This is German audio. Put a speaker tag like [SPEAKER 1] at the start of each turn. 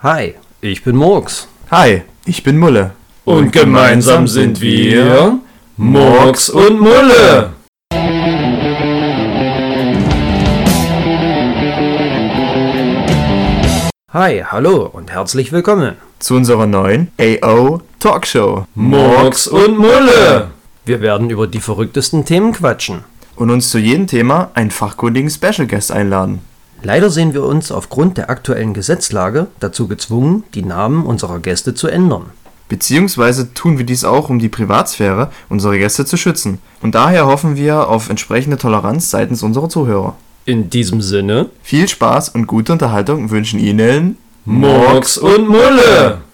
[SPEAKER 1] Hi, ich bin Murks.
[SPEAKER 2] Hi, ich bin Mulle.
[SPEAKER 3] Und gemeinsam sind wir Murks und Mulle.
[SPEAKER 1] Hi, hallo und herzlich willkommen.
[SPEAKER 2] Zu unserer neuen AO Talkshow.
[SPEAKER 3] Murks und Mulle.
[SPEAKER 1] Wir werden über die verrücktesten Themen quatschen.
[SPEAKER 2] Und uns zu jedem Thema einen fachkundigen Special Guest einladen.
[SPEAKER 1] Leider sehen wir uns aufgrund der aktuellen Gesetzlage dazu gezwungen, die Namen unserer Gäste zu ändern.
[SPEAKER 2] Beziehungsweise tun wir dies auch, um die Privatsphäre unserer Gäste zu schützen. Und daher hoffen wir auf entsprechende Toleranz seitens unserer Zuhörer.
[SPEAKER 1] In diesem Sinne,
[SPEAKER 2] Viel Spaß und gute Unterhaltung wünschen Ihnen
[SPEAKER 3] Murks und Mulle.